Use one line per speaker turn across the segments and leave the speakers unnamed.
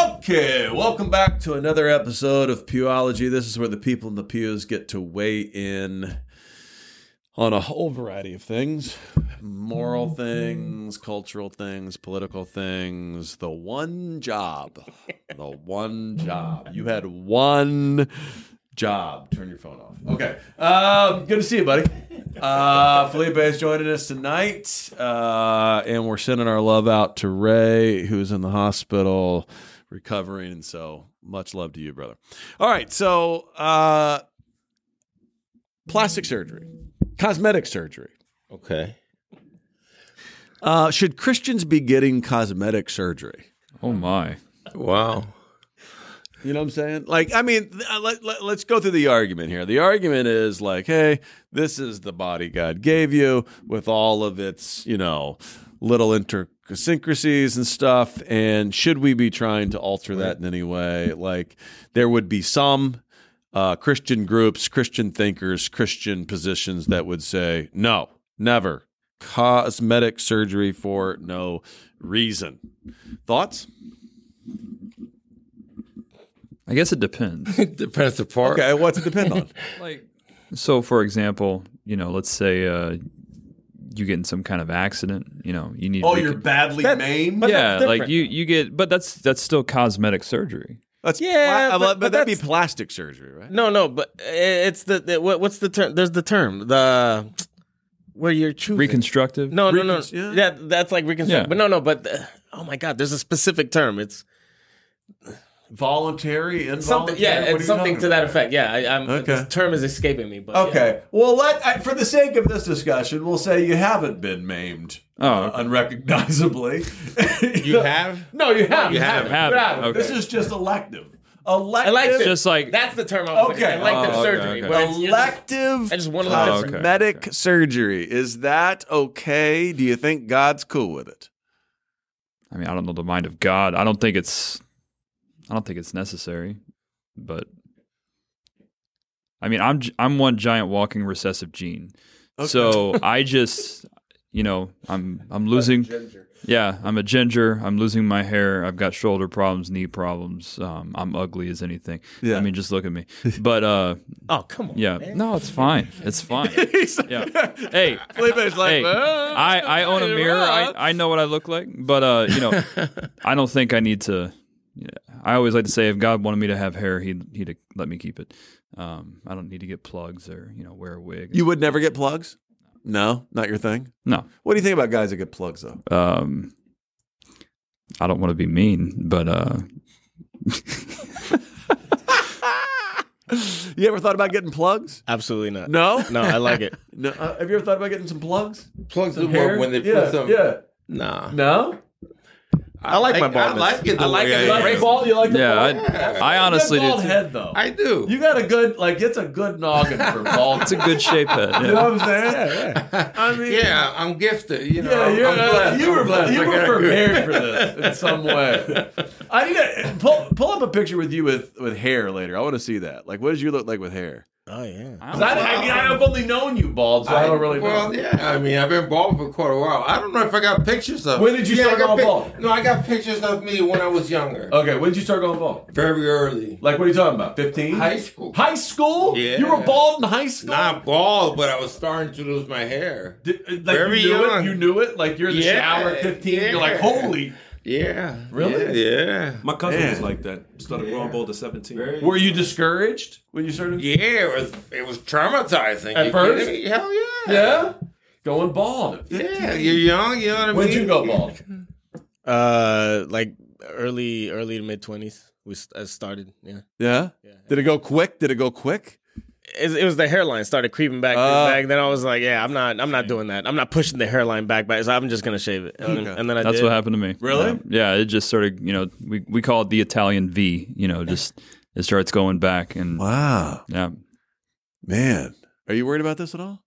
Okay, welcome back to another episode of Pewology. This is where the people in the pews get to weigh in on a whole variety of things moral things, cultural things, political things. The one job, the one job. You had one job. Turn your phone off. Okay. Um, good to see you, buddy. Uh, Felipe is joining us tonight, uh, and we're sending our love out to Ray, who's in the hospital recovering. And so, much love to you, brother. All right. So, uh, plastic surgery, cosmetic surgery.
Okay.
Uh, should Christians be getting cosmetic surgery?
Oh my.
Wow.
You know what I'm saying? Like, I mean, th- uh, let, let, let's go through the argument here. The argument is like, hey, this is the body God gave you with all of its, you know, little idiosyncrasies and stuff. And should we be trying to alter that in any way? Like, there would be some uh, Christian groups, Christian thinkers, Christian positions that would say, no, never. Cosmetic surgery for no reason. Thoughts?
I guess it depends.
Depends the part.
Okay, what's it depend on?
like so for example, you know, let's say uh you get in some kind of accident, you know, you need
Oh,
we
you're
could-
badly maimed.
Yeah, like you you get but that's that's still cosmetic surgery.
That's
Yeah,
pla-
but-
but,
but
that'd be
that's-
plastic surgery, right?
No, no, but it's the, the what, what's the term? There's the term the where you're choosing.
Reconstructive?
no, no, no.
Recon- yeah.
Yeah, that's like reconstruct.
Yeah.
But no, no. But the, oh my God, there's a specific term. It's
Voluntary, involuntary.
something. Yeah, it's something to that effect. Yeah, I, I'm.
Okay.
This term is escaping me. But yeah.
Okay. Well, let I, for the sake of this discussion, we'll say you haven't been maimed
Oh,
uh,
okay.
unrecognizably.
You have?
No, you have.
You haven't.
Have it. Okay.
This is just elective. Elective.
Elective.
Just like
That's the term. I was
Okay.
Like, elective
Oh, okay,
surgery.
okay.
where it's- you're just-
Elective
I just wanna let it-
cosmetic surgery. Is that okay? Do you think God's cool with it?
I mean, I don't know the mind of God. I don't think it's I don't think it's necessary, but I mean, I'm j- I'm one giant walking recessive gene. So, I just, you know, I'm I'm losing Yeah, I'm a ginger. I'm losing my hair. I've got shoulder problems, knee problems. Um, I'm ugly as anything.
Yeah.
I mean, just look at me. But uh,
Oh come on.
yeah, no, it's fine. It's fine. Yeah. Hey,
Felipe's like,
hey, I, I own a mirror. I, I know what I look like. But uh, you know, I don't think I need to. yeah. I always like to say, if God wanted me to have hair, he'd he'd let me keep it. Um, I don't need to get plugs or you know wear a wig.
you would never get plugs? No, not your thing.
no.
What do you think about guys that get plugs though?
um I don't want to be mean, but uh
You ever thought about getting plugs?
Absolutely not.
No,
No, I like it.
no. Uh, have you ever thought about getting some plugs?
Plugs
Some
in
hair?
work when they
yeah,
put some.
yeah.
nah.
No,
I like my baldness.
I like it. The
I like
way
it.
I, am.
Great
bald. You like the
yeah,
bald?
I, I honestly
You got a
did.
bald head though.
I do.
you got a good like it's a good noggin for bald.
It's a good shape head.
you know
Yeah.
what I'm saying? I mean,
yeah, I'm gifted. You know,
Yeah,
I'm
you're,
blessed,
you
I'm
were
blessed.
you
I
were
got a good-
prepared for this in some way. I need to pull pull up a picture with you with with hair later. I want to see that. Like, what did you look like with hair?
Oh yeah.
'Cause I, I mean, I've only known you bald, so I, don't really
well,
know.
yeah. I mean, I've been bald for quite a while. I don't know if I got pictures of.
When did you
yeah,
start
I got
going bald? Uh,
No, I got pictures of me when I was younger,
Okay, when did you start going bald?
very early,
Like, what are you talking about? Fifteen?
high school.
High school?
Yeah.
You were bald in high school?
Not bald, but I was starting to lose my hair.
Did, like
Very
you knew
young.
it. You knew it. Like you're in the
Yeah,
shower at 15. You're
yeah.
like, holy.
Yeah.
Really?
Yeah.
My cousin
Man.
was like that. Started growing bold at 17.
yeah.
Were you discouraged when you started?
Yeah, it was it was traumatizing.
At
You
first?
kidding me? Hell yeah.
Yeah? Going bald. at 15.
Yeah, you're young, you know what I mean?
When'd you go bald?
Uh, like early, early to mid twenties. We s- I started. Yeah,
Yeah. Did it go quick? Did it go quick?
it, it was the hairline started creeping back, creeping
Uh.
back. Then I was like, yeah, I'm not, I'm not doing that. I'm not pushing the hairline back, back. So I'm just gonna shave it. And, then,
Okay.
and then I
That's
did.
what happened to me.
Really?
Yeah, it just sort of, you know, we we call it the Italian V, you know, just it starts going back and
Wow,
yeah.
man. Are you worried about this at all?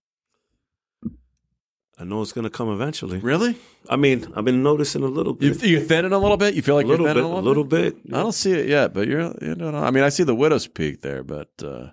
I know it's going to come eventually.
Really?
I mean, I've been noticing a little
You,
bit.
you're thinning a little bit. You feel
A
like
little
you're
bit.
thinning
A
a
little bit.
I don't see it yet, but you're you know. I mean, I see the widow's peak there, but uh,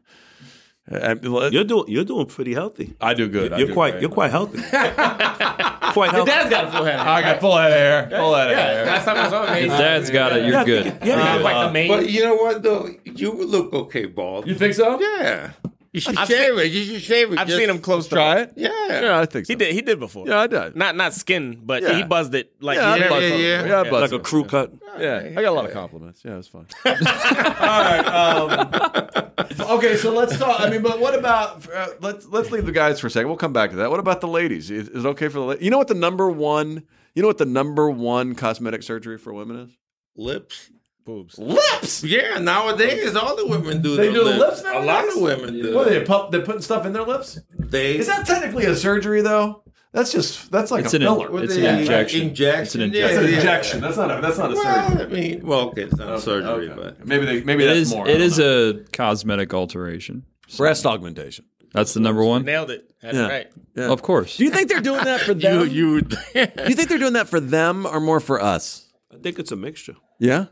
I,
You're doing you're doing pretty healthy.
I do good. I
You're
do
quite
great.
you're quite healthy. quite healthy.
Dad's got a full head.
I got full head of hair. Full head of hair.
Last time I saw him,
Your dad's got it. You're
Yeah, I
good.
think it- yeah,
That's
yeah.
like the main.
But you know what though? You would look okay bald.
You think so?
yeah. You should
I've
shave it. You should shave it.
I've
just-
seen him close to
Try it.
Yeah.
Yeah, I think so.
He did. He did before.
Yeah, I did.
Not not skin, but
Yeah.
he buzzed it like
Yeah,
he
I
never-
buzzed
yeah,
it.
yeah.
Yeah, I buzzed
like a
it.
crew cut.
Yeah, I got a lot of compliments. Yeah, it was fun. All right. Um, okay, so let's talk. I mean, but what about uh, let's let's leave the guys for a second. We'll come back to that. What about the ladies? Is, is it okay for the? La- you know what the number one? You know what the number one cosmetic surgery for women is?
Lips.
Boobs.
Lips.
Yeah, nowadays all the women do.
They
their
do the lips
A lot
nowadays?
of women do.
What are they? Pump, they're putting stuff in their lips.
They.
Is that technically a surgery though? That's just that's like
It's
a
an in-
filler.
what
It's
they-
an injection.
Injection.
It's an
yeah,
That's an
injection.
yeah.
injection. That's not a that's not a
Well,
surgery.
I mean, well, okay, it's not surgery,
Okay.
but
maybe they maybe
It
that's
is.
more. I
It
don't
is
know.
a cosmetic alteration.
breast augmentation.
That's the number one.
Nailed it. That's
Yeah.
right.
Yeah.
Of course.
Do you think they're doing that for them?
you
Do you think they're doing that for them or more for us?
I think it's a mixture.
Yeah.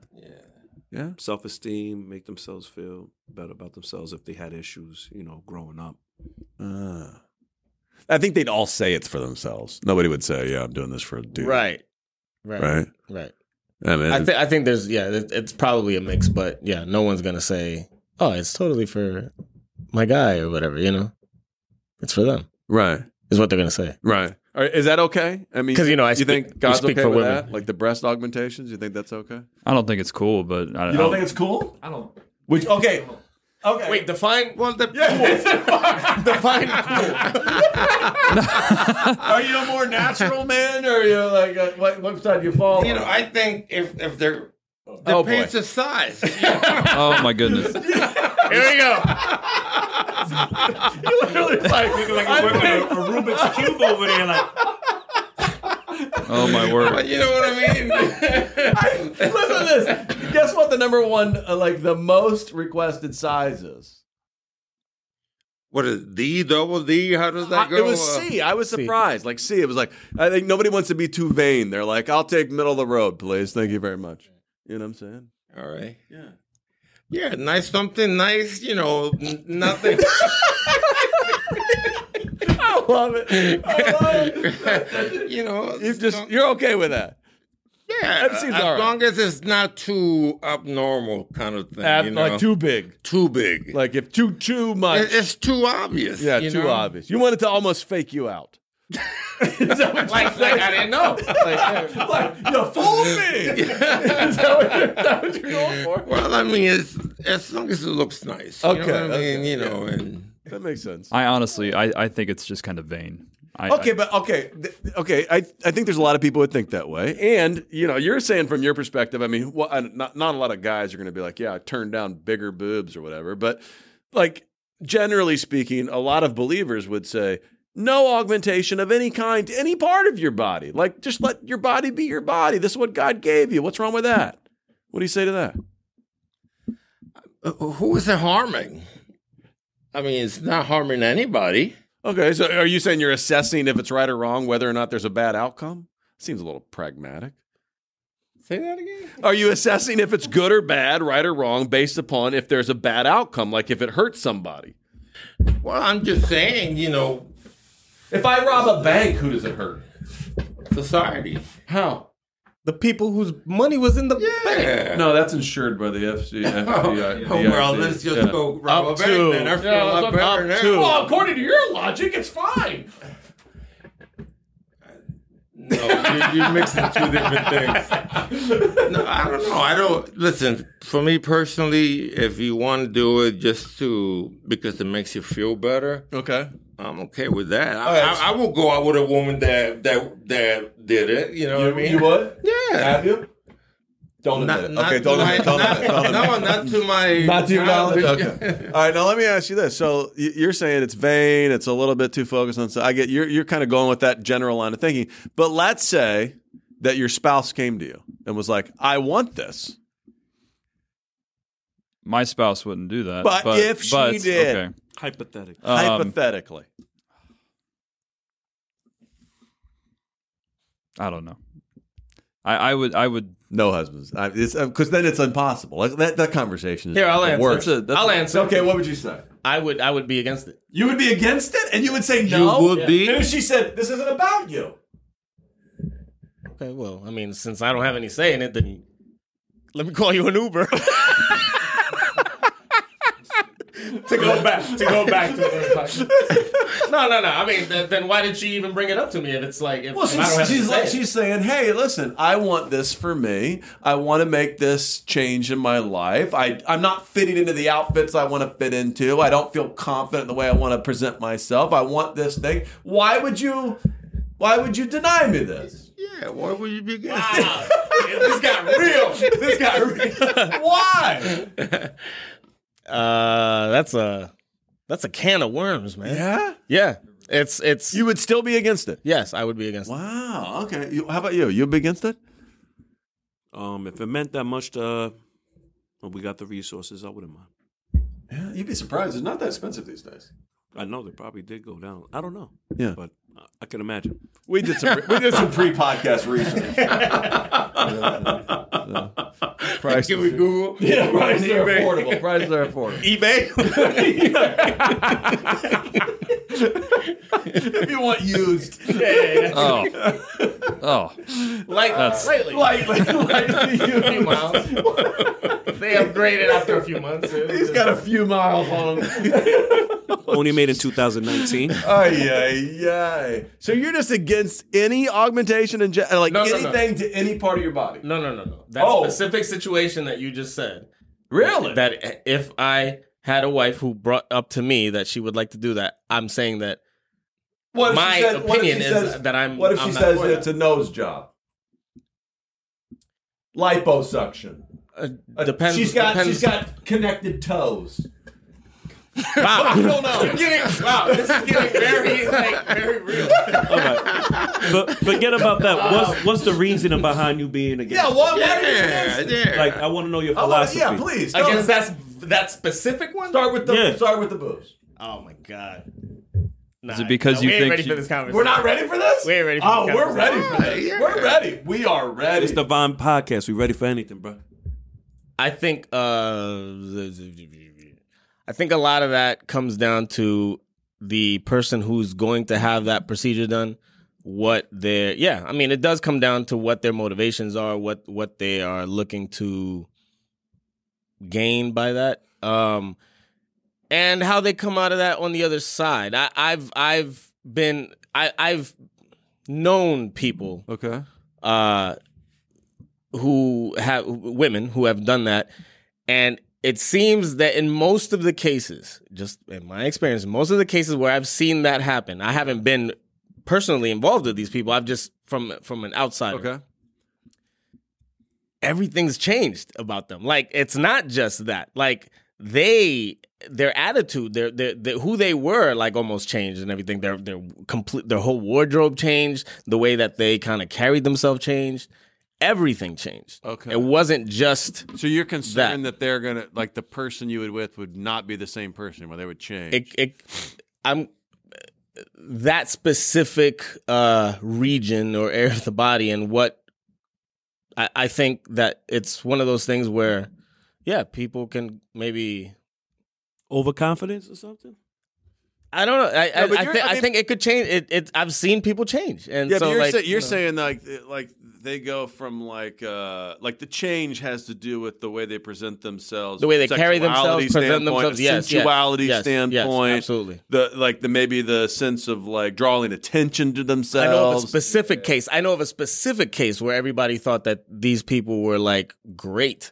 Self esteem, make themselves feel better about themselves if they had issues, you know, growing up.
Ah. I think they'd all say it's for themselves. Nobody would say, "Yeah, I'm doing this for a dude."
Right. Right.
Right.
Right.
I mean,
I think I think there's yeah, it- it's probably a mix, but yeah, no one's gonna say, oh, it's totally for my guy or whatever. You know, it's for them.
right,
Is what they're gonna say.
right. All right. Is that okay? I mean,
'Cause, you know, I
you
speak-
think
we
God's
speak
okay
for
with
women.
that? Like the breast augmentations, you think that's okay?
I don't think it's cool, but I,
You don't
I-
think it's cool?
I don't.
Which okay, okay.
Wait, define.
well, the
define. cool.
are you a more natural man, or are you like uh what, what side do you fall?
you
on?
know, I think if if they're
oh boy.
depends the size.
Oh my goodness.
Here we go.
a Rubik's Cube over there, like
Oh my word.
But you know what I mean.
Listen to this. Guess what? The number one, uh, like the most requested size is.
what is D double D? How does that go?
it was
Uh,
C. I was surprised. Like C, it was like I think nobody wants to be too vain. They're like, I'll take middle of the road, please. Thank you very much. You know what I'm saying?
All right. Yeah. Yeah, nice something nice. You know, n- nothing.
I love it. I love it.
you know,
You just
some-
you're okay with that.
yeah.
that
As
seems all right.
long as it's not too abnormal kind of thing. you know?
Like too big.
too big.
Like if too too
It-
much.
it's too obvious.
yeah,
you
too
know?
obvious. You wanted to almost fake you out.
like, like I didn't know.
like you fooled me. is, that what you're, is that what you're going for?
Well, I mean, it's as long as it looks nice. You
Okay,
know what I mean,
okay,
you know, and
That makes sense.
I honestly, I, I think it's just kind of vain. I,
Okay, but okay, th- okay. I I think there's a lot of people that think that way, and you know, you're saying from your perspective. I mean, wha- I- not not a lot of guys are going to be like, yeah, I turned down bigger boobs or whatever. But like generally speaking, a lot of believers would say no augmentation of any kind to any part of your body. Like just let your body be your body. This is what God gave you. What's wrong with that? What do you say to that?
Uh, who is it harming? I mean, it's not harming anybody.
Okay, so are you saying you're assessing if it's right or wrong, whether or not there's a bad outcome? Seems a little pragmatic.
Say that again.
Are you assessing if it's good or bad, right or wrong, based upon if there's a bad outcome, like if it hurts somebody?
Well, I'm just saying, you know,
If I rob a bank, who does it hurt?
society.
How?
The people whose money was in the bank.
Yeah.
No, that's insured by the FC.
Oh, well, let's just go rob
Up
a bank
to.
then. I feel
Yeah,
a lot
up-
better
up
now.
to.
Well, according to your logic, it's fine.
No, you, you mixing two different things. No, I don't know. I don't listen. For me personally, if you want to do it just to because it makes you feel better,
Okay.
I'm okay with that. I,
right.
I, I will go out with a woman that that that did it. You know what I mean?
would?
Yeah.
you? Don't admit
Not,
it.
not
okay, don't admit
to my,
it. Don't
not,
admit it. Don't admit it.
no, not to my
Not to your knowledge.
Yeah.
Okay. All right. Now let me ask you this. So y- you're saying it's vain. It's a little bit too focused on. So I get you're you're kind of going with that general line of thinking. But let's say that your spouse came to you and was like, "I want this."
my spouse wouldn't do that.
But
But,
if she
but-
did.
okay.
hypothetical.
Uh,
Um,
hypothetically,
I don't know. I, I would I would
No husbands. Because then it's impossible. Like, that, that conversation is
Here, I'll
the
answer.
worst.
That's a- that's I'll a- answer.
Okay, what would you say?
I would I would be against it.
You would be against it, and you would say
You
no.
would be.
And if she said, this isn't about you.
Okay, well, I mean, since I don't have any say in it, then let me call you an Uber. to go back to go back to the no no no i mean th- then why did she even bring it up to me if it's like if,
Well,
if i don't
she's,
have
she's,
to say
like,
it?
she's saying, hey, listen, I want this for me. I want to make this change in my life. I, I'm not fitting into the outfits I want to fit into. I don't feel confident the way I want to present myself. I want this thing. Why would you? Why would you deny me this?
Yeah, why would you be against it?
Ah, this got real this got real
Why?
uh that's a that's a can of worms man
Yeah,
yeah it's it's
you would still be against it.
yes i would be against it.
Wow. Okay. You, how about you? You'd be against it?
Um, if it meant that much to, well, we got the resources, I wouldn't mind.
Yeah, you'd be surprised. It's not that expensive these days.
I know they probably did go down. I don't know.
Yeah.
But I- I can imagine.
We did some we did some pre-podcast research. Prices
Can we Google? Yeah,
prices are affordable. Prices are affordable.
eBay.
If you want used,
oh oh
Like
That's-
lightly.
lightly, lightly
few
used.
miles. they upgraded after a few months.
He's got a few miles on him. Oh,
Only made in 2019.
Ay, ay, ay. So you're just against any augmentation and ge- uh, like
No, no, no.
anything to any part of your body.
no, no, no, no. That
Oh.
specific situation that you just said.
Really?
That if I had a wife who brought up to me that she would like to do that, I'm saying that
What if she
my
said- what if
opinion
she
is
says-
that I'm.
What if
I'm
she
not
says
for that.
it's a nose job? Liposuction.
Uh, depends?
She's got
depends-
she's got connected toes.
Wow, I don't know. I'm getting, wow, this is getting very like very real.
But forget about that. What's what's the reasoning behind you being against?
Yeah, what? what
Yeah,
is this?
yeah.
Like I want to know your
I wanna-
philosophy.
yeah, please.
I
no.
guess that's that specific one.
start with the
Yeah.
start with the boobs.
Oh my god.
Is it because you
we ain't
think
ready
you-
for this conversation?
We're not ready for this.
We ain't ready for
oh,
this
we're ready for
conversation.
this.
Yeah.
We're ready. We are ready.
It's the Vine Podcast. We ready for anything, bro.
I think uh I think a lot of that comes down to the person who's going to have that procedure done what their yeah i mean it does come down to what their motivations are what what they are looking to gain by that um and how they come out of that on the other side i i've i've been i i've known people
Okay.
uh, who have women who have done that, and it seems that in most of the cases, just in my experience, most of the cases where I've seen that happen, I haven't been personally involved with these people. I've just from from an outsider.
Okay.
Everything's changed about them. Like it's not just that. Like they their attitude, their, their, their who they were, like almost changed and everything. Their their complete their whole wardrobe changed. The way that they kind of carried themselves changed. Everything changed.
Okay.
It wasn't just
so you're
concerned
that they're gonna like the person you would with would not be the same person where they would change.
it, it I'm that specific uh region or area of the body and what I, I think that it's one of those things where yeah, people can maybe
Overconfidence or something?
I don't know. I I,
but
I,
you're-
thi-
I
I
mean-
think it could change. It, it I've seen people change, and
Yeah,
so
but you're,
like
say, you're
you know.
saying like like they go from like uh like the change has to do with the way they present themselves,
The way they carry themselves,
sexuality
present
standpoint,
themselves, yes, yes,
sensuality
yes, yes,
standpoint,
absolutely.
The like the maybe the sense of like drawing attention to
I
themselves.
know of a specific case. I know of a specific case where everybody thought that these people were like great,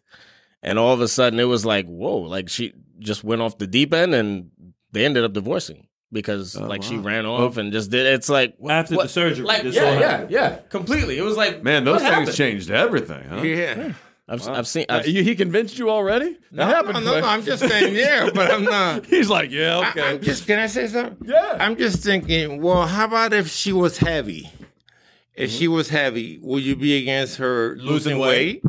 and all of a sudden it was like, whoa! Like she just went off the deep end, and they ended up divorcing because
Oh,
like she ran off and just did. It's like what-
After
what-
the surgery,
like
this
yeah,
all
yeah,
happened.
yeah, completely. It was like
Man, those
what
things
happened?
changed everything, huh?
yeah.
I've, I've seen.
Uh,
I've,
you- he convinced you already? That
No,
happened.
no, no,
quick.
no, I'm just saying, yeah, but I'm not.
He's like, yeah,
I,
okay.
am just, can I say something?
Yeah.
I'm just thinking, well, how about if she was heavy? If she was heavy, would you be against her losing, weight?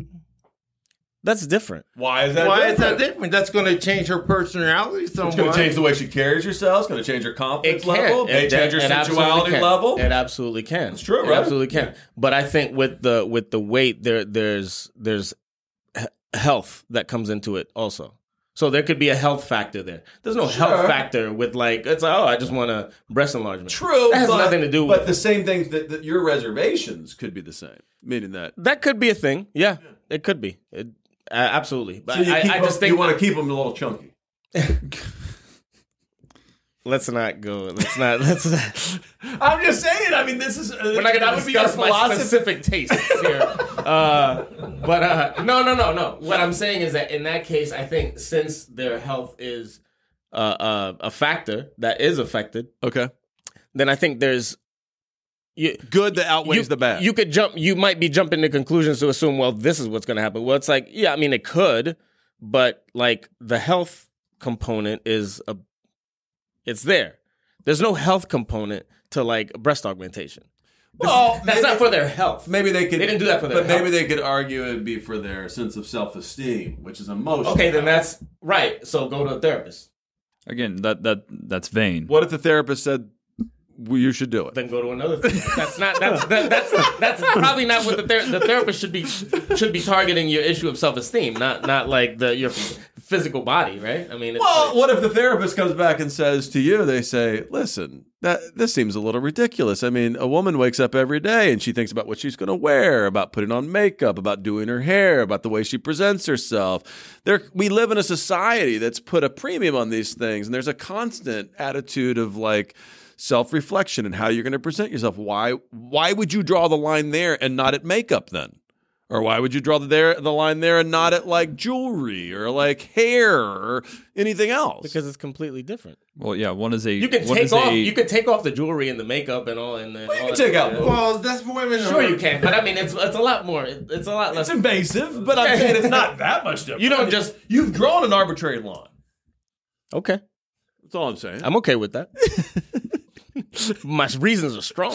That's different.
Why is that?
Why is
different?
that different? That's going to change her personality so
It's going
much.
to change the way she carries herself. It's going to change her confidence
can.
level. May
It-
change her
it absolutely
sensuality
can.
level.
It absolutely can. It's
true,
it
right?
Absolutely can. But I think with the with the weight, there there's there's he- health that comes into it also. So there could be a health factor there. There's no health factor with like it's like, oh I just want a breast enlargement.
True,
That has
but,
nothing to do
But
with-
the same thing that, that your reservations could be the same, meaning that.
That could be a thing. Yeah, it could be. It, uh, absolutely. But
So you,
I,
keep
I
them-
just think
you want to keep them a little chunky.
let's not go. Let's not. Let's not.
I'm just saying. I mean, this is uh,
We're not going
that
to
would be your
discuss my
philosophy.
specific tastes here. uh, but uh, no, no, no, no. What I'm saying is that in that case, I think since their health is uh, uh, a factor that is affected,
Okay,
then I think there's you,
good that outweighs
you- You could jump. You might be jumping to conclusions to assume, well, this is what's going to happen. Well, it's like, yeah, I mean, it could, but like the health component is a, it's there. There's no health component to like breast augmentation.
well,
That's not for their health.
Oh, Maybe they could.
They didn't do that for their
But maybe they could argue it'd be for their sense of self-esteem, which is emotional.
Okay, then that's right. So go to a therapist.
Again, that that that's vain.
What if the therapist said well, you should do it?
Then go to another. Therapist. That's not. That's that, that's that's probably not what the, ther- the therapist should be should be targeting your issue of self esteem, not not like the your physical body, right? I mean, it's
Well,
like-
what if the therapist comes back and says to you, they say, listen, that this seems a little ridiculous. I mean, a woman wakes up every day and she thinks about what she's going to wear, about putting on makeup, about doing her hair, about the way she presents herself. There, we live in a society that's put a premium on these things, and there's a constant attitude of like self-reflection and how you're going to present yourself. Why? Why would you draw the line there and not at makeup then? Or why would you draw the there the line there and not at like jewelry or like hair or anything else?
because it's completely different.
Well, yeah, one is a
You can
one
take
is
off.
a-
you can take off the jewelry and the makeup and all. And the,
Well, you
all
can
that
take out
stuff.
both.
Well, that's women.
Sure, you can, but I mean, it's it's a lot more. It's a lot less.
it's invasive, but I'm saying it's not that much different.
you don't just.
You've drawn an arbitrary line.
Okay,
That's all I'm saying.
I'm okay with that. My reasons are strong.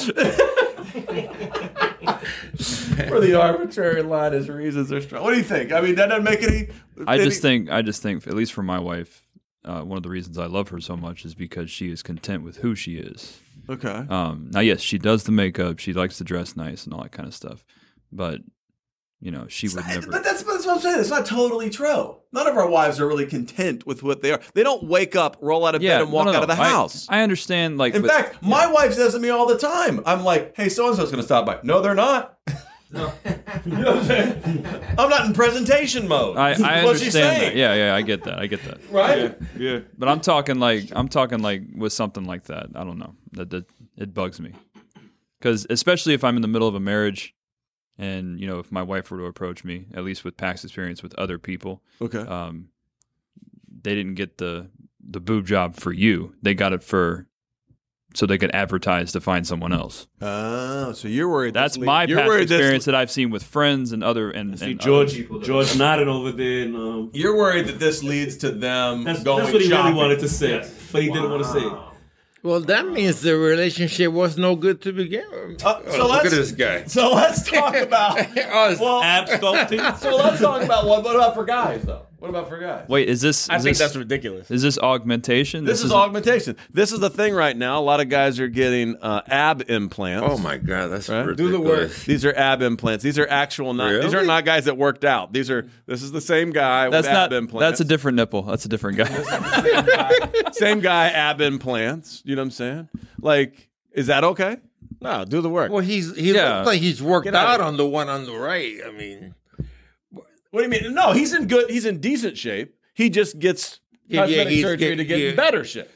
For the arbitrary line, his reasons are strong. What do you think? I mean, that doesn't make any.
I
any-
just think I just think at least for my wife, uh, one of the reasons I love her so much is because she is content with who she is.
okay.
Um, now, yes, she does the makeup. She likes to dress nice and all that kind of stuff. But you know, she would never.
But that's, that's what I'm saying. It's not totally true. None of our wives are really content with what they are. They don't wake up, roll out of
yeah,
bed, and walk
no, no,
out of the
I-
house.
I understand. Like,
In
but-
fact, my wife says to me all the time, I'm like, hey, so and so's going to stop by. No, they're not. you know what I'm saying? I'm not in presentation mode.
I,
That's
I
what she's
understand that.
saying,
Yeah, yeah, I get that. I get that.
Right?
Yeah.
But I'm talking like I'm talking like with something like that. I don't know. That, that it bugs me because especially if I'm in the middle of a marriage, and you know, if my wife were to approach me, at least with past experience with other people,
Okay.
um, they didn't get the the boob job for you. They got it for so they could advertise to find someone else.
Oh, so you're worried.
That's
this
my
lead- you're
past
worried this-
experience that I've seen with friends and other and,
See,
uh,
and
George, George nodded over there, and um,
You're worried that this leads to them
that's,
going
that's what he
shopping.
really wanted to say, but he didn't want to say. it.
Well, that means the relationship was no good to begin with.
Uh, so
Oh, look at
let's-
this guy. Oh,
So let's talk about. well,
Ab sculpting.
so let's talk about what, what about for guys though? What about for guys?
Wait, is this? Is
I think
this,
that's ridiculous.
is this augmentation?
This, is, augmentation. This is the thing right now. A lot of guys are getting uh, ab implants.
Oh my god, that's
Right?
ridiculous.
the work.
These are ab implants. These are actual not. These are
Really?
not guys that worked out. These are. This is the same guy
That's
with
not.
ab implants.
That's a different nipple. That's a different guy.
same guy ab implants. You know what I'm saying? Like, is that okay?
No, do the work.
Well, he's he
Yeah.
looks like he's worked
Get out of
out on the one on the right. I mean,
What do you mean? No, he's in good. He's in decent shape. He just gets
Yeah,
cosmetic
he's
surgery
get-
to get
yeah.
in better shape.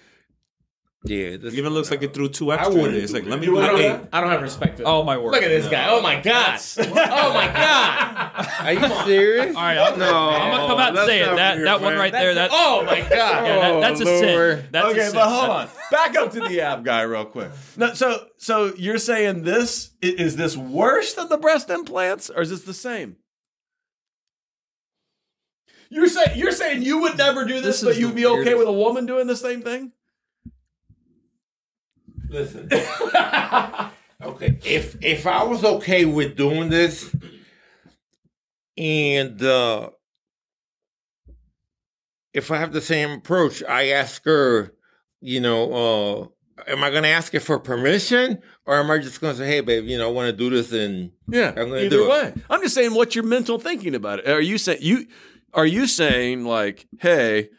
yeah, this,
Even looks like it threw two extra. in there. It's like, let me do
I
an
don't,
eight.
I don't have respect for.
oh my word!
Look at this guy. Oh my god. Oh my god.
are you serious?
All right, I'm,
no,
I'm gonna come out and say it. That that one right there. That
Oh my god.
yeah, that-
Oh,
that's a sin.
Lord.
That's a
okay,
sin.
but hold on. Back up to the ab guy real quick. No, so, so you're saying this i- is this worse than the breast implants, or is this the same? You're saying you're saying you would never do this,
This
but
is
you'd
the
be okay
weirdest-
with a woman doing the same thing?
Listen. okay, if if I was okay with doing this, and uh, if I have the same approach, I ask her, you know, uh, am I going to ask her for permission or am I just going to say, hey, babe, you know, I want to do this and
Yeah,
I'm going to
either
do it?
way. I'm just saying what your mental thinking about it. Are you saying you are you saying like, hey,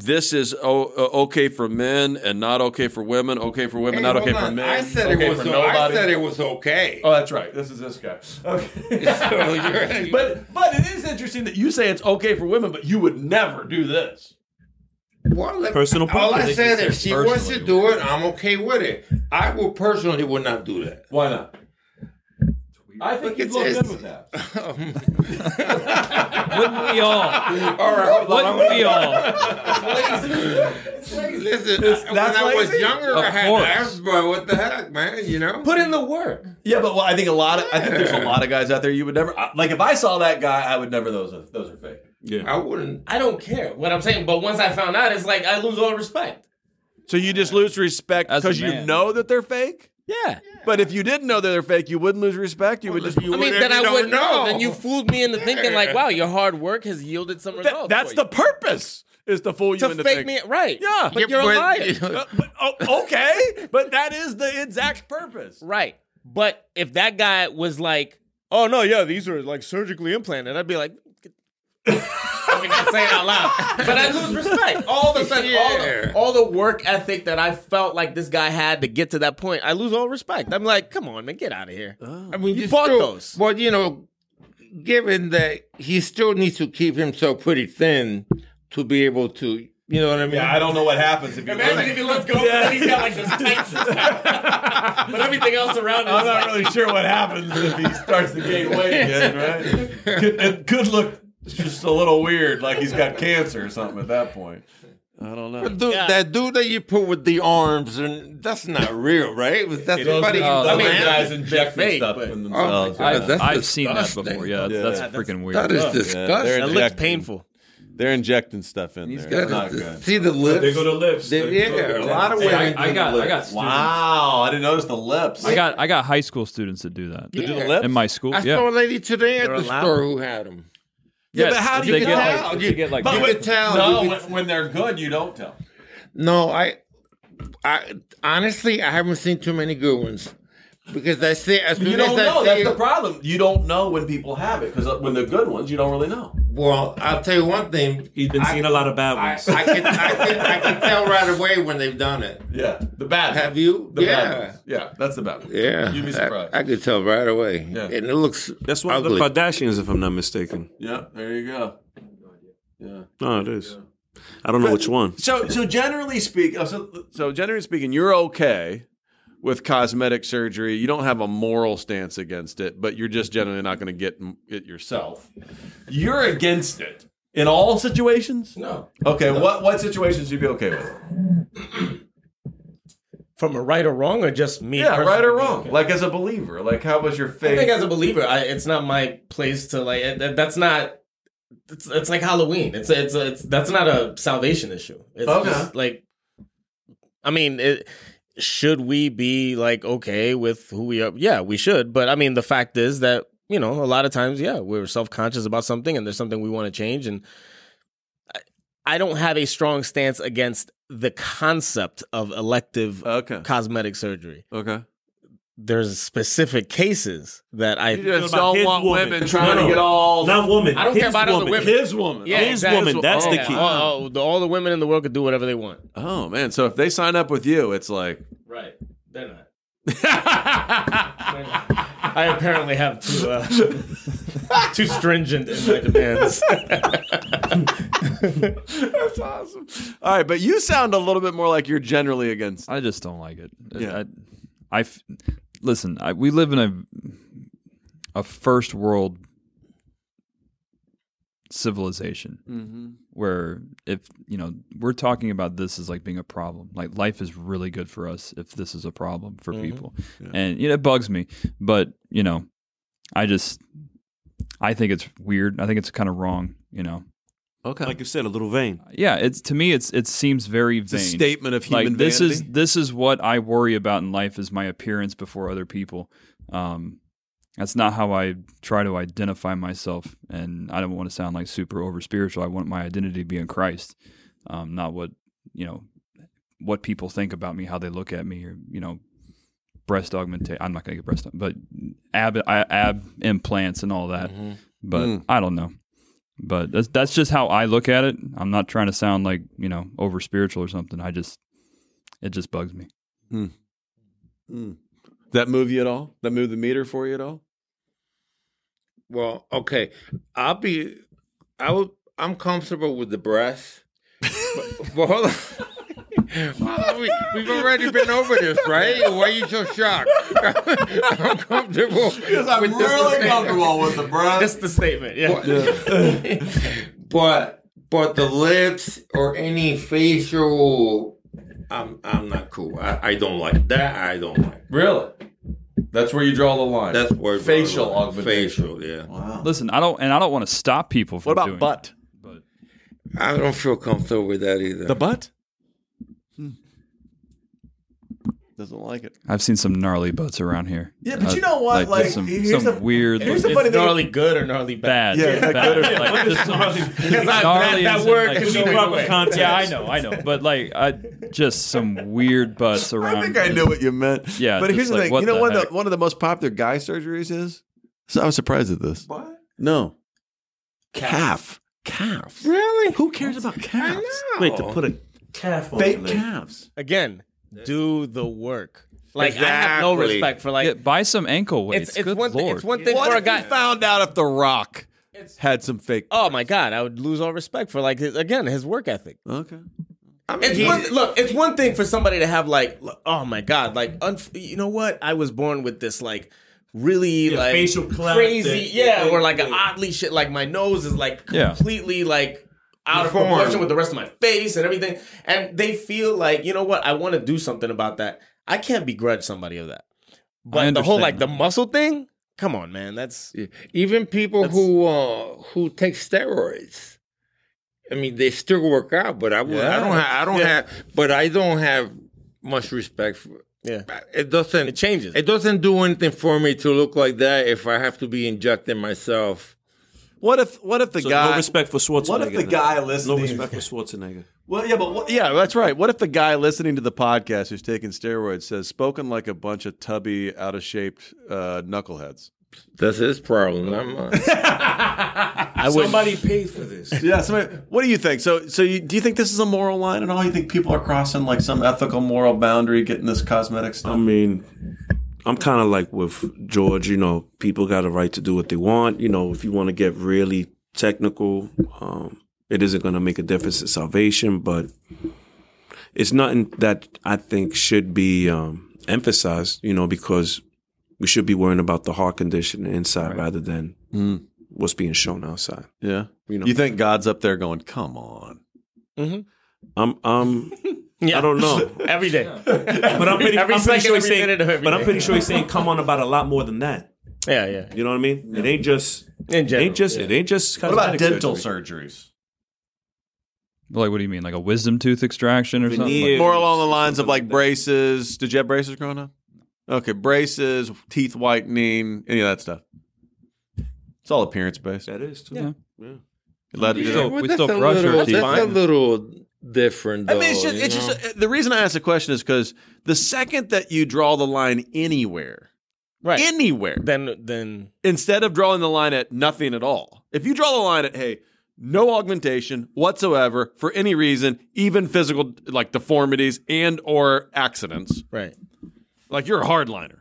this is o- uh, okay for men and not okay for women, okay for women,
Hey,
not
hold
okay for
on.
men.
I said
okay
it was.
for
o- I
nobody?
said it was okay.
Oh, that's right. This is this guy.
So
Okay.
you're-
but but it is interesting that you say it's okay for women, but you would never do this.
Well, if-
Personal
All I
preference.
said, if she wants to
Personally.
do it, I'm okay with it. I will personally would not do that.
Why not? I think you'd
it's-
look good
it's-
with that.
Wouldn't we all?
All right, hold on.
Wouldn't we all?
Listen, when
that's
I was
lazy?
younger,
Of
I had
course.
abs, but what the heck, man? You know,
Put in the work.
Yeah, but well, I think a lot of I think there's a lot of guys out there you would never I- like. If I saw that guy, I would never. Those are those are fake.
I wouldn't.
I don't care what I'm saying, but once I found out, it's like I lose all respect.
So you just lose respect
As a
because you
man.
know that they're fake.
Yeah.
But if you didn't know that they're fake, you wouldn't lose respect. You would just.
You
I mean,
wouldn't-
then
you
I
don't
wouldn't know. Then you fooled me into thinking like, wow, your hard work has yielded some
That-
results.
that's
for
the purpose is to fool you
you. to
into
fake
thinking.
me right.
Yeah.
but you're a liar.
Uh, but, oh, okay, but that is the exact purpose.
Right. But if that guy was like, oh no, yeah, these are like surgically implanted, I'd be like, I mean, not saying out loud, but I lose respect. All of a sudden,
Yeah.
all, the, all the work ethic that I felt like this guy had to get to that point, I lose all respect. I'm like, come on, man, get out of here.
I mean,
You bought
still,
those.
Well, you know, given that he still needs to keep himself pretty thin to be able to, you know what I mean?
don't know what happens if you.
if he lets go, and he's got like this tight but everything else around him.
I'm not really sure what happens if he starts to gain weight again, right? Could, it could look just a little weird, like he's got cancer or something at that point. I don't know.
Dude, That dude that you put with the arms, and that's not real, right? Was that somebody?
no,
the
I mean,
man?
injecting stuff in
oh, my
themselves.
God,
yeah.
that's
I've seen that
disgusting.
before. Yeah, that's,
Yeah.
that's
Yeah,
freaking weird.
That is
Yeah, they're
disgusting.
That looks
injecting-
painful.
They're injecting stuff in
He's
there.
That
It's
is
not
dis-
good.
see the lips.
They go to lips.
They-
They go to
yeah, a
lips.
lot of
Hey,
women.
I-
do
I
the
got, I
lips.
got, students-
Wow, I didn't notice the lips.
I got, I got high school students that do that
They do the
Yeah.
lips?
in my school.
I
yeah,
saw a lady today at
They're
the
allowed.
store who had them.
yeah, but how do
they
you
get
know?
like, they get like,
You could tell.
No,
you
when,
could-
when they're good, you don't tell.
no, I, I honestly, I haven't seen too many good ones because I see as soon
You don't
as I
know.
see
That's the
it-
problem. You don't know when people have it because when they're good ones, you don't really know.
Well, I'll tell you one thing.
He's been
I-
seeing a lot of bad
I, I
ones.
can, I can, I can tell right away when they've done it.
Yeah, the bad.
Have you?
The bad
yeah.
ones. Yeah, that's the bad one.
Yeah,
You'd be
I-
surprised.
I, could tell right away,
Yeah.
and it looks
That's one
ugly.
of the Kardashians, if I'm not mistaken.
Yeah, there you go. Yeah.
No, it is. I don't know which one.
So, so generally speaking, so, so generally speaking, you're okay with cosmetic surgery. You don't have a moral stance against it, but you're just generally not going to get m- it yourself. You're against it in all situations.
No.
Okay, what what situations you'd be okay with?
From a right or wrong, or just me?
Yeah, right or
personally?
wrong. Like as a believer, like how was your
I
faith?
think as a believer, I, it's not my place to like. it- that- that's not. It's, it's like Halloween. It's a, it's a, it's that's not a salvation issue. It's
Okay.
just like. I mean, it, should we be like okay with who we are? Yeah, we should. But I mean, the fact is that you know a lot of times, yeah, we're self conscious about something, and there's something we want to change, and I, I don't have a strong stance against the concept of elective uh,
okay,
cosmetic surgery
okay.
there's specific cases that I
You just
about
don't
his
want
woman.
women trying
No,
to
no.
get all
Not woman.
I don't care
His
about other
woman.
women.
his woman.
Yeah,
His
exactly.
woman. That's the
Oh,
key.
Oh, oh, the, all the women in the world could do whatever they want.
Oh man, so if they sign up with you, it's like
Right. They're not. I apparently have too uh, too stringent in my demands.
That's awesome. All right, but you sound a little bit more like you're generally against.
I just don't like it. Uh,
Yeah.
I, I f- listen. I, we live in a a first world civilization
Mm-hmm.
where if you know we're talking about this as like being a problem. Like life is really good for us if this is a problem for
Mm-hmm.
people, and you know, it bugs me. But you know, I just I think it's weird. I think it's kind of wrong. You know,
Okay,
Like you said, a little vain.
yeah. It's to me, it's it seems very
it's a
vain
statement of human
like this
vanity.
is this is what I worry about in life is my appearance before other people. Um, That's not how I try to identify myself, and I don't want to sound like super over spiritual. I want my identity to be in Christ, um, not what you know, what people think about me, how they look at me, or you know, breast augmentation. I'm not going to get breast, but ab I, ab implants and all that.
Mm-hmm.
But
Hmm.
I don't know. But that's that's just how I look at it. I'm not trying to sound like you know over spiritual or something. I just it just bugs me.
that move you at all? That move the meter for you at all?
Well, okay. I'll be. I would. I'm comfortable with the breath. but, but hold on. Well, we, we've already been over this, right? Why are you so shocked? I'm comfortable. Because I'm really comfortable with the breath.
That's the statement. Yeah.
but but the lips or any facial, I'm I'm not cool. I, I don't like that. I don't like.
Really? That's where you draw the line.
That's where
Facial augmentation.
Facial, yeah.
Listen, I don't, and I don't want to stop people from
what about
doing
butt?
I don't feel comfortable with that either.
The butt?
Hmm.
Doesn't like it.
I've seen some gnarly butts around here.
Yeah, but you know what?
there's
Like,
some,
here's
some
the-
weird,
here's the
looking-
funny
It's
thing.
gnarly good or gnarly
bad,
bad.
Yeah, that
bad,
good or-
like, just-
That-
gnarly
that
is in,
word
like,
could
so
be
many
proper
ways.
context.
yeah, I know, I know, but like, I just some weird butts around.
I think I knew what you meant.
Yeah,
but
just
here's the
like,
thing.
what
You know
the
what? The,
heck?
one of the most popular guy surgeries is. So I was surprised at this.
What?
No.
Calf, calf.
Really?
Who cares about calves?
Wait to put a calf on
Fake
the leg.
calves.
Again, do the work. Like I have no
Exactly.
respect for like
Yeah, buy some ankle weights.
it's it's
Good
one thing,
lord.
it's one thing
What
for a
if
guy.
you found out if The Rock had some fake?
Oh my god, I would lose all respect for like his, again his work ethic.
Okay.
I mean,
It's
he-
one, look, it's one thing for somebody to have like, l- oh my god, like, unf- you know what? I was born with this like really like
facial cleft
crazy,
that-
yeah,
that-
or like an oddly shit. Like my nose is like
Yeah.
completely like out of
Deformed.
proportion with the rest of my face and everything, and they feel like you know what? I want to do something about that. I can't begrudge somebody of that, but the whole
understand
like the
that.
muscle thing. Come on, man. That's
even people
That's-
who uh, who take steroids. I mean, they still work out, but I, would- I don't have. I don't have. But I don't have much respect for.
yeah.
It doesn't.
It changes.
It doesn't do anything for me to look like that if I have to be injecting myself.
What if? What if the
So
guy?
no respect for Schwarzenegger.
what if the
then.
guy
No
listening?
respect for Schwarzenegger.
Well, yeah, but what, yeah, that's right. What if the guy listening to the podcast who's taking steroids says spoken like a bunch of tubby, out of shape uh, knuckleheads?
That's his problem, not mine.
Oh. I would.
Somebody paid for this.
Yeah. Somebody, what do you think? So, so you, do you think this is a moral line at all? You think people are crossing like some ethical moral boundary, getting this cosmetic
I
stuff?
mean, I'm kind of like with George. You know, people got a right to do what they want. You know, if you want to get really technical, um, it isn't going to make a difference to salvation, but it's nothing that I think should be um, emphasized. You know, because we should be worrying about the heart condition inside rather than
Mm.
what's being shown outside.
yeah.
You know,
You think God's up there going, "Come on"?
I'm, I'm,
Yeah.
I don't know.
every day.
But I'm pretty,
Every
I'm pretty
second,
sure he's
every
saying.
minute of every
But I'm
day.
pretty sure he's saying, "Come on," about a lot more than that.
Yeah, yeah.
You know what I mean? It ain't just,
In
it
general,
ain't just,
yeah.
it ain't just.
What about
cosmetic
dental
surgery.
surgeries?
Like, what do you mean? Like a wisdom tooth extraction or something?
Veneer.
Like-
More along the lines of like braces. Did you have braces growing up? Okay, braces, teeth whitening, any of that stuff. It's all appearance based.
That is too.
Yeah.
yeah.
Allowed to do
Yeah,
that.
we
that's
still
a
brush our
little,
teeth.
That's a little different.
I
Though,
mean, it's just,
you
it's
know?
just uh, the reason I asked the question is because the second that you draw the line anywhere,
right.
anywhere,
then, then
instead of drawing the line at nothing at all, if you draw the line at, hey, no augmentation whatsoever for any reason, even physical like deformities and or accidents,
right.
like you're a hardliner.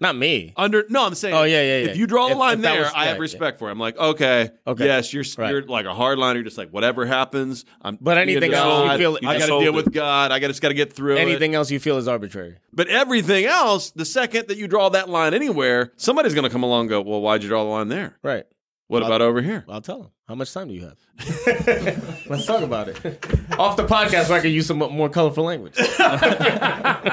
Not me.
Under no, I'm saying.
Oh, yeah, yeah,
If
yeah.
you draw the
If-
line
if that
there,
was-
I
yeah,
have
yeah.
respect for. It. I'm like, okay,
Okay.
yes, you're
Right.
you're like a hardliner. You're just like whatever happens. I'm
But anything
being
else, you
God,
feel-
I
you
got to
sold
deal
it.
with God. I got just got to get through it.
Anything else you feel is arbitrary.
But everything else, the second that you draw that line anywhere, somebody's going to come along and go, well, why'd you draw the line there?
Right.
What
Well,
about over here?
I'll tell him. How much time do you have? Let's talk about it. Off the podcast, so I can use some more colorful language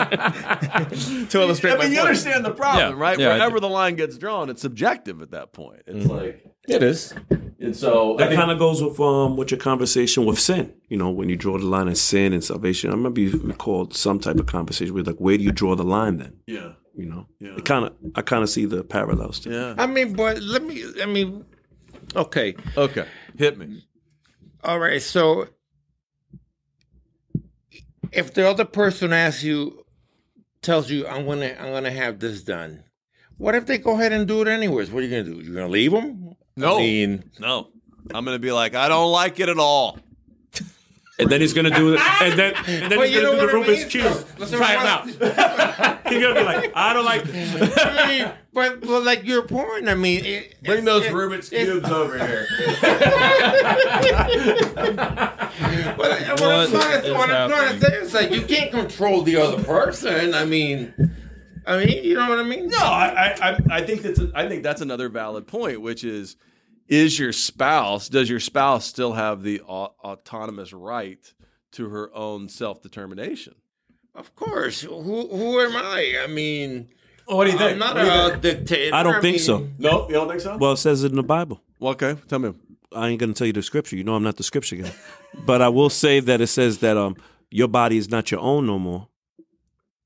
to illustrate my point.
the problem,
Yeah. Yeah, I
Wherever
do.
the line gets drawn, it's subjective at that point. It's like,
Mm-hmm. It is.
and so I
That
think-
kind of goes.
goes with um with your conversation with sin. You know, when you draw the line of sin and salvation. I remember you recalled some type of conversation where like, where do you draw the line then?
yeah.
You know, it kind of I kind of see the parallels. To
Yeah.
I mean, but let me. I mean, okay,
Okay. Hit me.
all right. So, if the other person asks you, tells you, "I'm gonna, I'm gonna have this done," what if they go ahead and do it anyways? What are you gonna do? You're gonna leave them?
No.
I mean,
No. I'm gonna be like, I don't like it at all.
And then he's gonna do it. And then and then
But
he's
you
gonna
know
do the
what I
Rubik's
mean?
cube.
Let's
Try him
everyone-
out. He's gonna be like, I don't like this.
I mean, but well, like your point. I mean, it,
Bring those
it-
Rubik's
it-
cubes over here.
Well, what, I'm trying to, what I'm trying to say is like you can't control the other person. I mean, I mean, you know what I mean?
No, I, I, I- I think that's a, I think that's another valid point, which is, is your spouse does your spouse still have the au- autonomous right to her own self determination?
Of course. Who who am I? I mean,
What do you
I'm not a dictator.
I don't think
mean,
so.
no, you don't think so?
Well, it says it in the Bible.
Well, okay, tell me.
I ain't gonna tell you the scripture. You know, I'm not the scripture guy. But I will say that it says that um, your body is not your own no more.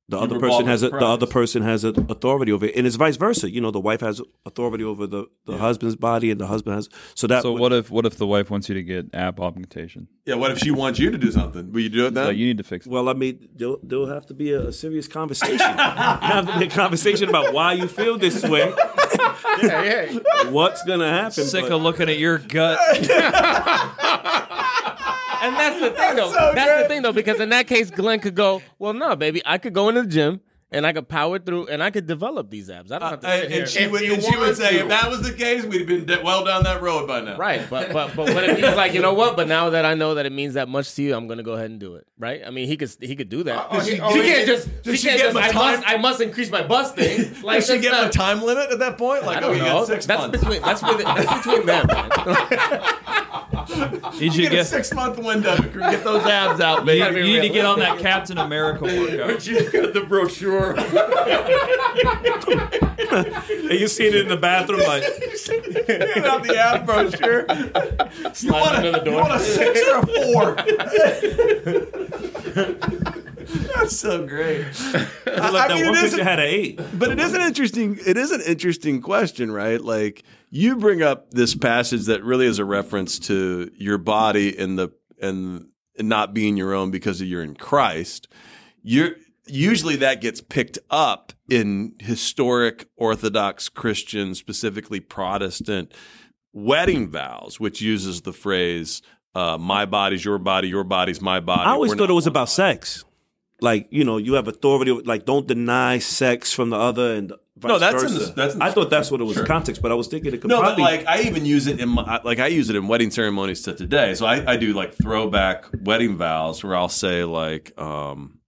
The other
were
person
bought
has a,
with
the
a price.
other person has a, authority over it, and it's vice versa. You know, the wife has authority over the, the husband's body, and the husband has so that.
So what if what if the wife wants you to get ab augmentation?
Yeah, what if she wants you to do something? Will you do it then?
So you need to fix it.
Well, I mean, there'll, there'll have to be a, a serious conversation. have a conversation about why you feel this way. What's gonna happen?
Sick
but-
of looking at your gut.
And that's the thing, though. that's the thing, though, because in that case, Glenn could go, well, no, baby, I could go into the gym and I could power through and I could develop these abs. I don't have to sit here.
Uh, and she would, and she would say, if that was the case, we'd have been de- well down that road by now.
Right, but but but what if he's like, you know what? But now that I know that it means that much to you, I'm gonna go ahead and do it. Right? I mean, he could he could do that.
oh,
she,
he- oh,
she
he-
can't just she,
did she
can't
get
just. I
my time?
must I must increase my bust thing. Like
Does she
that's
get
not-
a time limit at that point?
I
Like, oh,
don't
you
know.
got six
That's
months.
between that's, between that's between them. Man.
You need to
you get a
get,
six month window. to Get those abs out,
you,
baby.
you need to get on that Captain America workout.
She's got the brochure.
And you seen it in the bathroom, like
Get out the ab brochure. You want, a, you want a six or a four? That's so great. I,
like
I
that
mean,
one
it is,
picture had an eight.
but it is an interesting. It is an interesting question, right? Like you bring up this passage that really is a reference to your body and the and not being your own because of you're in Christ. You're usually that gets picked up in historic Orthodox Christian, specifically Protestant wedding vows, which uses the phrase uh, "my body's your body, your body's my body."
I always
We're
thought
not
it was
one
about sex. Like you know, you have authority. over- Like don't deny sex from the other, and vice
No, that's in
versa.
the- that's in the-
I thought that's what it was context, but I was thinking it could
No, but
probably.
like I even use it in my like I use it in wedding ceremonies to today. So I, I do like throwback wedding vows where I'll say like um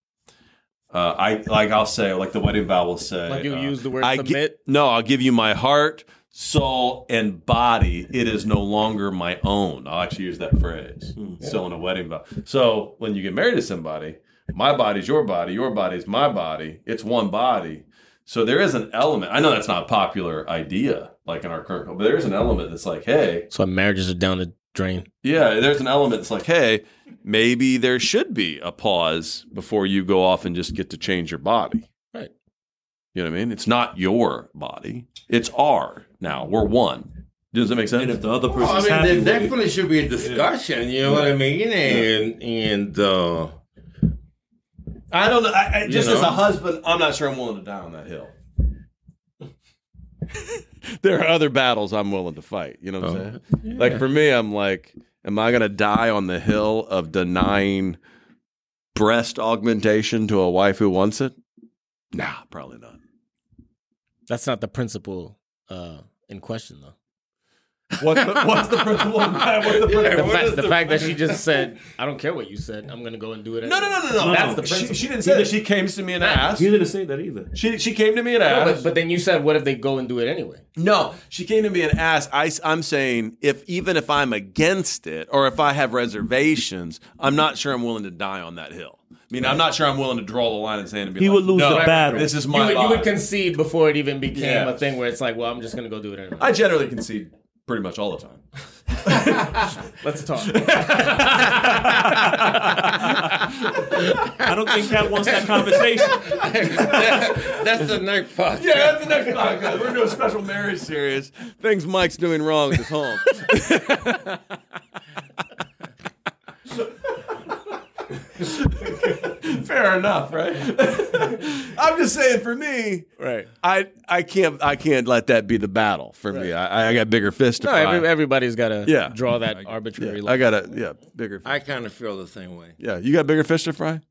uh I like I'll say like the wedding vow will say
Like you
uh,
use the word
I gi-
submit.
no, I'll give you my heart, soul, and body. It is no longer my own. I'll actually use that phrase. So in a wedding vow. So when you get married to somebody, my body's your body, your body's my body. It's one body. So there is an element. I know that's not a popular idea, like in our current, but there is an element that's like, hey,
So marriages are down the drain.
yeah, there's an element that's like, hey, maybe there should be a pause before you go off and just get to change your body.
Right.
You know what I mean? It's not your body. It's our now. We're one. Does that make sense?
and if the other
Well,
person's
I
happy,
mean,
with
there
it,
definitely should be a discussion. You know what I mean? And and uh,
I don't know. I, I, just
You know?
as a husband, I'm not sure I'm willing to die on that hill. there are other battles I'm willing to fight. You know what I'm saying? Like for me, I'm like, am I going to die on the hill of denying breast augmentation to a wife who wants it? Nah, probably not.
That's not the principle uh, in question, though.
What's the, what's the principle? of that? What's the principle?
The, fact, the, fact that she just said, "I don't care what you said. I'm gonna go and do it."
No, no, no, no, no.
That's the
she,
principle.
she didn't say that. She came to me and asked.
he didn't say that either.
She she came to me and
No,
asked.
but, but then you said, "What if they go and do it anyway?"
No, she came to me and asked. I, am saying if even if I'm against it or if I have reservations, I'm not sure I'm willing to die on that hill. I mean, I'm not sure I'm willing to draw the line in the sand and be
He
like,
would lose
"No,
the battle.
This is
You
my.
would, you would
body."
concede before it even became
Yeah.
a thing where it's like, "Well, I'm just gonna go do it anyway."
I generally concede pretty much all the time.
Let's talk.
I don't think Pat wants that conversation.
That's the next part.
Yeah, that's the next podcast. We're doing a special marriage series. Things Mike's doing wrong at his home. Fair enough, right? I'm just saying, for me,
Right.
I I can't I can't let that be the battle for me. I, I got bigger fish to
No,
fry.
every, everybody's got to
Yeah.
draw that arbitrary
I
line.
got a yeah bigger.
I kind of feel the same way.
Yeah, you got bigger fish to fry.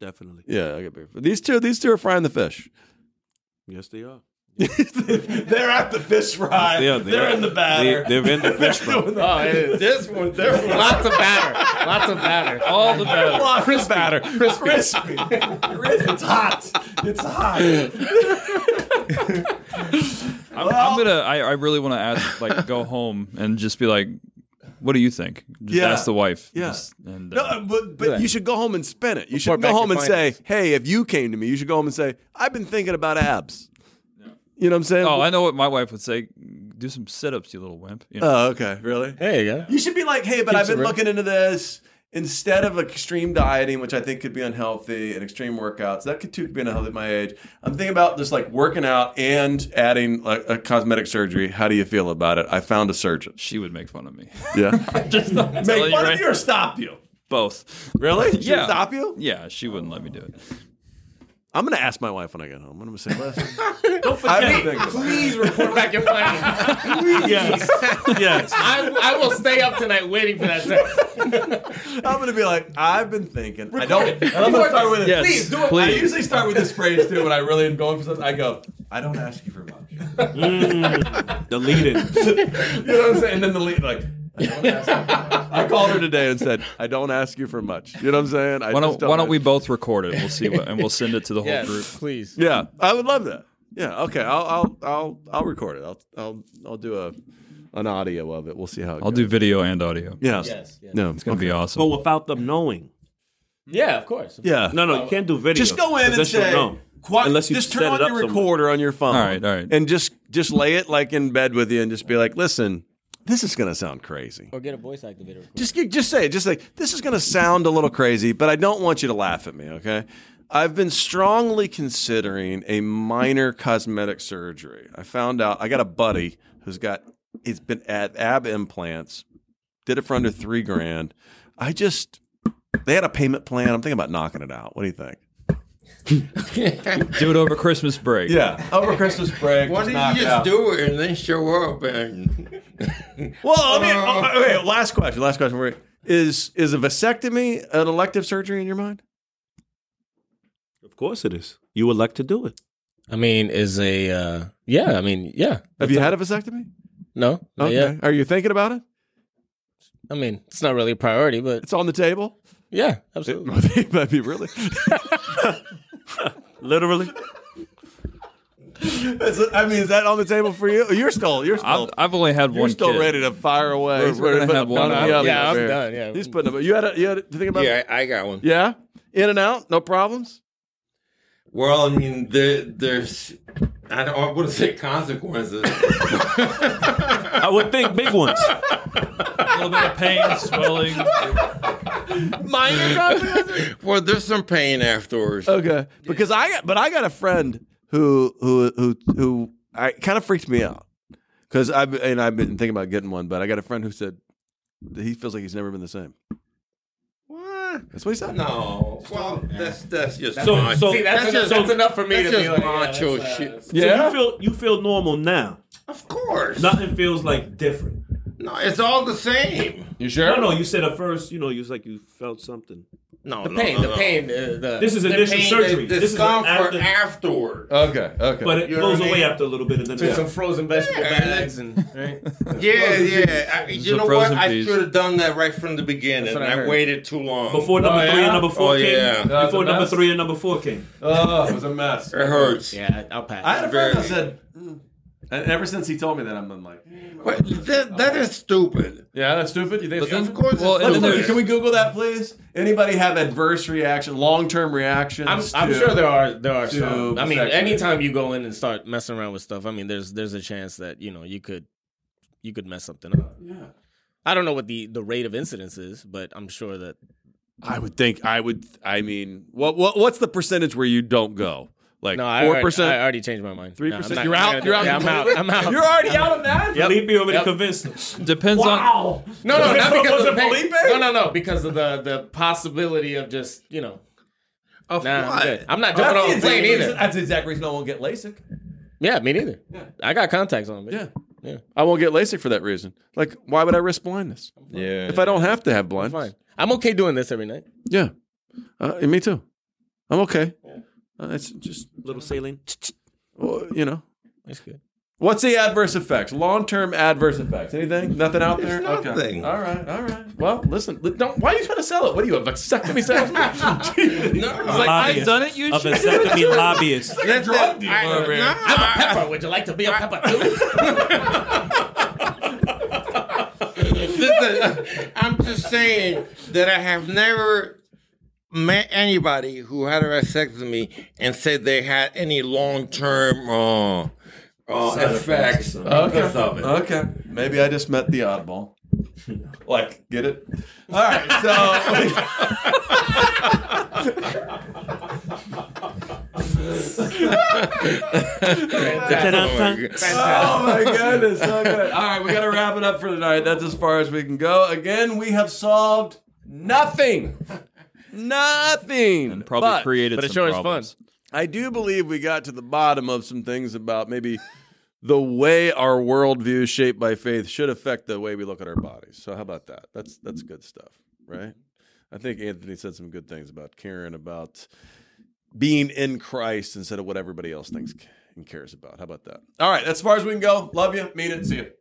Definitely.
Yeah, I got bigger. Fish. These two these two are frying the fish.
Yes, they are.
They're at the fish fry.
Yeah, they are.
batter.
They, are in the fish fry.
Oh, yeah. this one, this one. Lots of batter. Lots of batter. All the batter.
Crisp batter. Crispy. Crispy. It's hot. It's hot.
I'm, I'm gonna. I, I really want to ask. Like, go home and just be like, "What do you think?" Just
Yeah.
ask the wife.
Yeah.
Just- and, uh,
No, but but you should go home and spin it. You should
Report
go
back
home
your
and
findings.
say, "Hey, if you came to me, you should go home and say, I've been thinking about abs." You know what I'm saying?
oh, I know what my wife would say. Do some sit-ups, you little wimp. You know?
Oh, okay, really?
There you go.
You should be like, "Hey, but I've
it
been
real.
looking into this." Instead of extreme dieting, which I think could be unhealthy, and extreme workouts, that could too be unhealthy at my age. I'm thinking about just like working out and adding like a cosmetic surgery. How do you feel about it? I found a surgeon.
she would make fun of me.
Yeah.
just make
Make fun of you or stop you?
both.
Really? She
Yeah.
Stop you?
Yeah, she wouldn't let me do it.
I'm gonna ask my wife when I get home. I'm gonna say, "Listen,
Don't
I've
forget.
been thinking about it."
Please report back your findings.
Yes. yes.
I, I will stay up tonight waiting for that text.
I'm gonna be like, I've been thinking. I don't. And I'm gonna start with it.
Yes,
please do it. I
please.
usually start with this phrase too when I really am going for something. I go, I don't ask you for much. you know
Deleted.
what I'm saying? And then the lead like. I, don't ask you for much. I called her today and said, "I don't ask you for much." You know what I'm saying? I
Why
just
don't Why don't we both record it? We'll see what, and we'll send it to the whole group.
Yes, please.
Yeah, I would love that. Yeah. Okay. I'll I'll I'll, I'll record it. I'll I'll I'll do a an audio of it. We'll see how it
I'll
goes.
do video and audio.
Yeah. No.
It's gonna be awesome.
but without them knowing.
Yeah, of course.
Yeah.
No, no, you can't do video.
Just go in and
Because then she'll
say,
know.
Qui-
Unless you
just
set
turn
it
on
up
your
somewhere.
recorder on your phone.
All right, all right.
And just just lay it like in bed with you, and just be like, listen, this is gonna sound crazy.
Or get a voice activator.
Just you- just say it, just like this is gonna sound a little crazy, but I don't want you to laugh at me, okay? I've been strongly considering a minor cosmetic surgery. I found out I got a buddy who's got he's been at ab implants, did it for under three grand. I just they had a payment plan. I'm thinking about knocking it out. What do you think?
Do it over Christmas break.
Yeah, over Christmas break.
Why
just
don't
knock
you
it
just
out.
do it and then show up and
Well, I mean,
Uh,
oh, okay, last question. Last question. We're- Is is a vasectomy an elective surgery in your mind?
Of course it is. You would like to do it.
I mean, is a, uh, yeah, I mean, yeah.
Have you had a vasectomy?
No?
Okay.
Yeah.
Are you thinking about it?
I mean, it's not really a priority, but
It's on the table.
yeah,
It
absolutely.
might be, might be really.
Literally.
Is it- I mean, is that on the table for you? You're still you're
I've,
still
I've only had
you're
one.
still
kid.
ready to fire away.
We're-
He's
we're
ready to
gonna
put
have
up
one
on the
out.
other
Yeah, I'm
over here.
done. Yeah.
He's putting up. You had a, you had a, to think about.
yeah, I got one.
Yeah. In and out, no problems.
Well, I mean, there, there's I don't I wouldn't say consequences.
I would think big ones.
A little bit of pain, swelling.
Minor consequences.
well, there's some pain afterwards.
Okay, because I got, but I got a friend who who who who I kind of freaked me out because I and I've been thinking about getting one, but I got a friend who said that he feels like he's never been the same.
What?
That's what he said.
No. Well, that's that's just
So-
macho.
so-
See,
that's enough- that's
enough for me
to
just
be like, yeah,
macho
that's, uh,
shit.
So
Yeah.
you feel you feel normal now.
Of course.
Nothing feels like different.
No, it's all the same.
You
No,
sure?
no. You said at first, you know, you was like you felt something.
No,
The
no,
pain,
no,
the
no.
pain, uh, the
This is initial
pain,
surgery.
The
this is an
discomfort
after,
afterward.
Okay. Okay.
but it
You know what
goes
I mean?
away after a little bit, and then
With
yeah.
some frozen vegetable
Yeah.
bags and right?
Yeah, yeah. I, you
a
know what?
frozen
I
piece.
should have done that right from the beginning.
That's what
and
I
I,
heard.
waited too long.
before number
Oh,
three
yeah?
and number four
Oh,
came.
yeah.
That was
Before
a
number
mess.
three and number four came.
oh, it was a mess.
it hurts.
Yeah, I'll pass.
I had a friend who
Very-
said, "Mm." and ever since he told me that, I'm been like,
What? That, that is stupid.
yeah, that's stupid. You think?
But
it's
then,
stupid?
course it's
well, and
Let's
then
look-
there-
can we Google that, please? Anybody have adverse reaction, long term reactions?
I'm, I'm
to-
sure there are there are
to
some. I mean,
vasectomy.
anytime you go in and start messing around with stuff, I mean, there's there's a chance that you know you could you could mess something up.
Yeah.
I don't know what the the rate of incidence is, but I'm sure that
I would think I would. I mean, what what what's the percentage where you don't go? Like
No, I
four
already,
percent,
I already changed my mind.
three
No, I'm
percent.
not-
You're out. You're out.
Yeah, I'm out. I'm out.
You're already out on that.
Felipe over to convince them.
Depends on
Wow.
No, no, not because
Was
of
it
the pay.
Felipe?
No, no, no, because of the the possibility of just you know.
Of
Nah, I'm
what?
good. I'm not jumping on the plane either.
That's the exact reason I won't get LASIK.
Yeah, me neither. I got contacts on. But
Yeah.
yeah,
I won't get LASIK for that reason. Like, why would I risk blindness
Yeah.
if I don't have to have
I'm
blindness?
fine. I'm okay doing this every night.
Yeah. Uh, and me too. I'm okay. Uh, it's just,
Little saline.
well, you know.
That's good.
What's the adverse effects? Long term adverse effects. Anything? Nothing out there?
There's nothing.
All right. All right. Well, listen. li- Don't. Why are you trying to sell it? What do you have? Like vasectomy sales?
Like, I've done it. You a vasectomy lobbyist.
Drug dealer,
Pepper, would you like to be a pepper too?
Listen, I'm just saying that I have never met anybody who had a vasectomy and said they had any long term uh, uh, effects because of it.
Okay. Maybe I just met the oddball. Like, get it? All right. So, oh my goodness. So good. All right. We got to wrap it up for tonight. That's as far as we can go. Again, we have solved nothing. Nothing.
and probably
But-
created
but it
some
sure is fun.
problems.
I do believe we got to the bottom of some things about maybe the way our worldview is shaped by faith should affect the way we look at our bodies. So how about that? That's that's good stuff, right? I think Anthony said some good things about Karen about being in Christ instead of what everybody else thinks and cares about. How about that? All right, that's as far as we can go. Love you. Mean it. See you.